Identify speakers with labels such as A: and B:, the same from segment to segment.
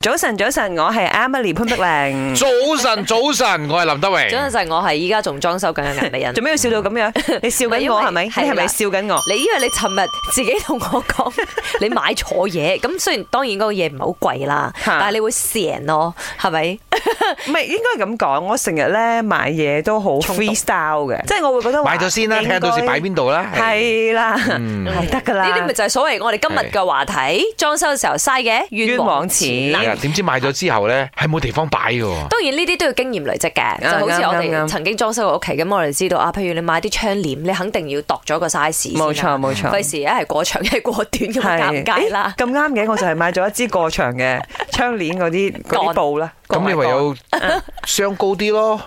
A: 早晨，早晨，我係 Emily 潘碧 玲。
B: 早晨，早晨，我係林德
A: 啊
B: 榮。
C: 早陣陣我係依家仲裝修緊嘅顏美人
A: 做。咩要笑到咁樣？你 笑緊我係咪？你
C: 唔係因
A: 係咪
C: 為係啦
A: 笑緊我？
C: 你因為你尋日自己同我講， 你買錯嘢，咁雖然當然嗰個嘢唔係好貴啦，
A: 嚇
C: 但係你會成咯，係咪？
A: 唔係應該咁講，我成日咧買嘢都好
C: 衝動
A: freestyle 嘅，即係我會覺得話
B: 買咗先啦，
A: 應該
B: 睇下到時擺邊度啦。
A: 係啦，
B: 嗯
A: 係得㗎
C: 呢
A: 啦。
C: 啲咪就係所謂我哋今日嘅話題，裝修嘅時候嘥嘅冤枉錢
A: 冤
C: 啦
A: 枉
B: 係。啊點知買咗之後咧，係冇地方擺嘅喎。
C: 當然呢啲都要經驗累積嘅，就好
A: 啊
C: 似
A: 啱
C: 我
A: 啱啱
C: 哋曾經裝修過屋企咁，我哋知道啊，譬如你買啲窗簾，你肯定要度咗個 size 先
A: 冇錯
C: 啊
A: 冇錯
C: 費事一係過長一係過短咁啊
A: 係
C: 尷尬 啦。
A: 誒咁啱嘅，我就係買咗一支過長嘅窗簾嗰啲嗰啲布啦。
B: 咁你唯 有雙高啲咯，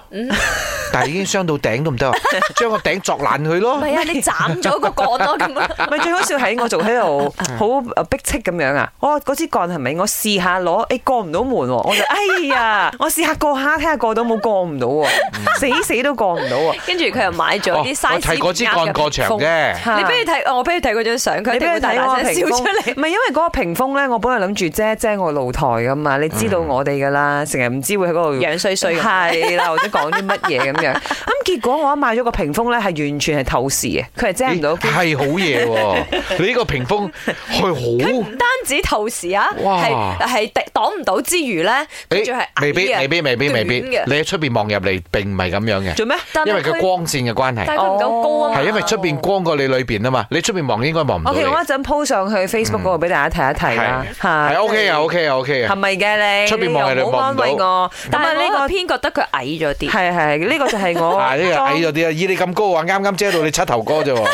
B: 但係已經雙到頂 都唔得啊，將個頂作爛佢
C: 唔
B: 咯。
C: 係啊，你斬咗個角咯咁啊！
A: 咪最好笑係我仲喺 度
C: 嗯
A: 好呃逼戚咁樣啊！我嗰支杆係咪？我試下攞，誒過唔到門喎，我就哎呀！我試下過下，睇下過到冇，過唔到喎，
C: 嗯
A: 死死都過唔到喎。
C: 跟住佢又買咗
B: 哦我
C: 啲 size
B: 睇嗰支
C: 唔啱嘅
B: 杆過長
C: 屏
B: 啫。
C: 風。你俾佢睇，我俾佢睇嗰張相，佢一
A: 你俾
C: 定
A: 佢
C: 會大
A: 睇
C: 大
A: 我
C: 聲笑
A: 屏
C: 出
A: 風，
C: 嚟。
A: 唔係因為嗰個屏風咧，我本來諗住遮遮我露台噶嘛，你知
C: 嗯
A: 道我哋噶啦，成日唔知會喺嗰度
C: 樣衰衰咁
A: 係啦，或者講啲乜嘢咁 樣。咁結果我一買咗個屏風咧，係完全係透視嘅，佢係遮唔到
B: 咦。係好嘢 喎！你呢個屏風係好
C: 唔。單止透視啊，
B: 哇
C: 係係敵擋唔到之餘咧，佢仲係矮
B: 誒未必，
C: 嘅
B: 未必，未必，未必。
C: 短嘅
B: 你喺出邊望入嚟，並唔係咁樣嘅，
A: 做咩？
C: 但係
B: 因為佢
C: 佢
B: 光線嘅關係，
C: 但係佢唔夠高啊嘛。
B: 係因為出邊光過你裏邊啊嘛。你出邊望應該望唔到
A: O
B: 你
A: K，。我一陣 po 上去 Facebook 嗰度俾大家睇一睇啦，
B: 係
A: 嚇
B: O K 啊，O K 啊，O K
A: 係
B: 啊。
A: 咪嘅你？
B: 出邊望係你
A: 你又唔好
B: 望
A: 安
B: 唔到
A: 慰我。咁
C: 但
A: 啊
C: 係呢
A: 呢
C: 個
A: 個
C: 偏覺得佢矮咗啲。
A: 係係呢個就係我
B: 啊！呢個
A: 裝
B: 矮咗啲啊，以你咁高啊，啱啱遮到你七頭哥啫喎。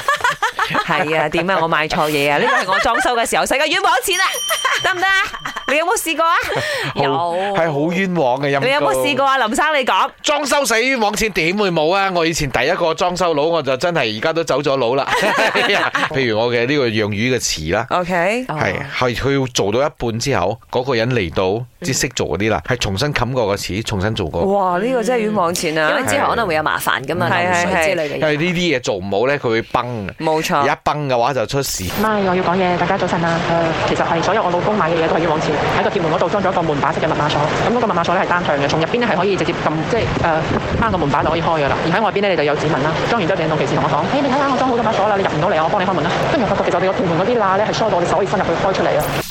A: 係啊，點啊？我買錯 嘢啊！呢個係我裝修嘅時候使嘅冤枉錢啊，得唔得啊？你有冇試過啊？
B: 好
C: 有
B: 係好冤枉嘅陰公
A: 你有冇試過？啊？林生你講，
B: 裝修死冤枉錢點會冇啊！我以前第一個裝修佬，我就真係而家都走咗 佬啦。啊譬如我嘅呢個養魚嘅池啦。
A: 哦 OK，
B: 係係佢做到一半之後，嗰、個人嚟到，即係識做嗰啲啦，
A: 嗯
B: 係重新冚過個池，重新做過。
A: 哇！呢個真係冤枉錢
C: 因為
A: 啊，
C: 之後可能會有麻煩噶嘛，
A: 係
C: 漏水之類嘅
B: 因
C: 嘢。
B: 為呢啲嘢做唔好咧，佢會崩嘅，
A: 冇錯。
B: 一崩嘅話就出事。
D: 媽，啊我要講嘢，大家早晨啊！誒、其實係所有我老公買嘅嘢都係要往前喺個鐵門嗰度裝咗一個門把式嘅密碼鎖。咁、嗰個密碼鎖咧係單向嘅，從入邊咧係可以直接撳，即係誒翻個門把就可以開㗎啦。而喺外邊咧你就有指紋啦。裝完之後，鄭到騎士同我講：，誒、你睇下我裝好咗把鎖啦，你入唔到嚟，我幫你開門啦。跟住我發覺其實我哋個鐵門嗰啲罅咧係疏到我哋手可以伸入去開出嚟啊！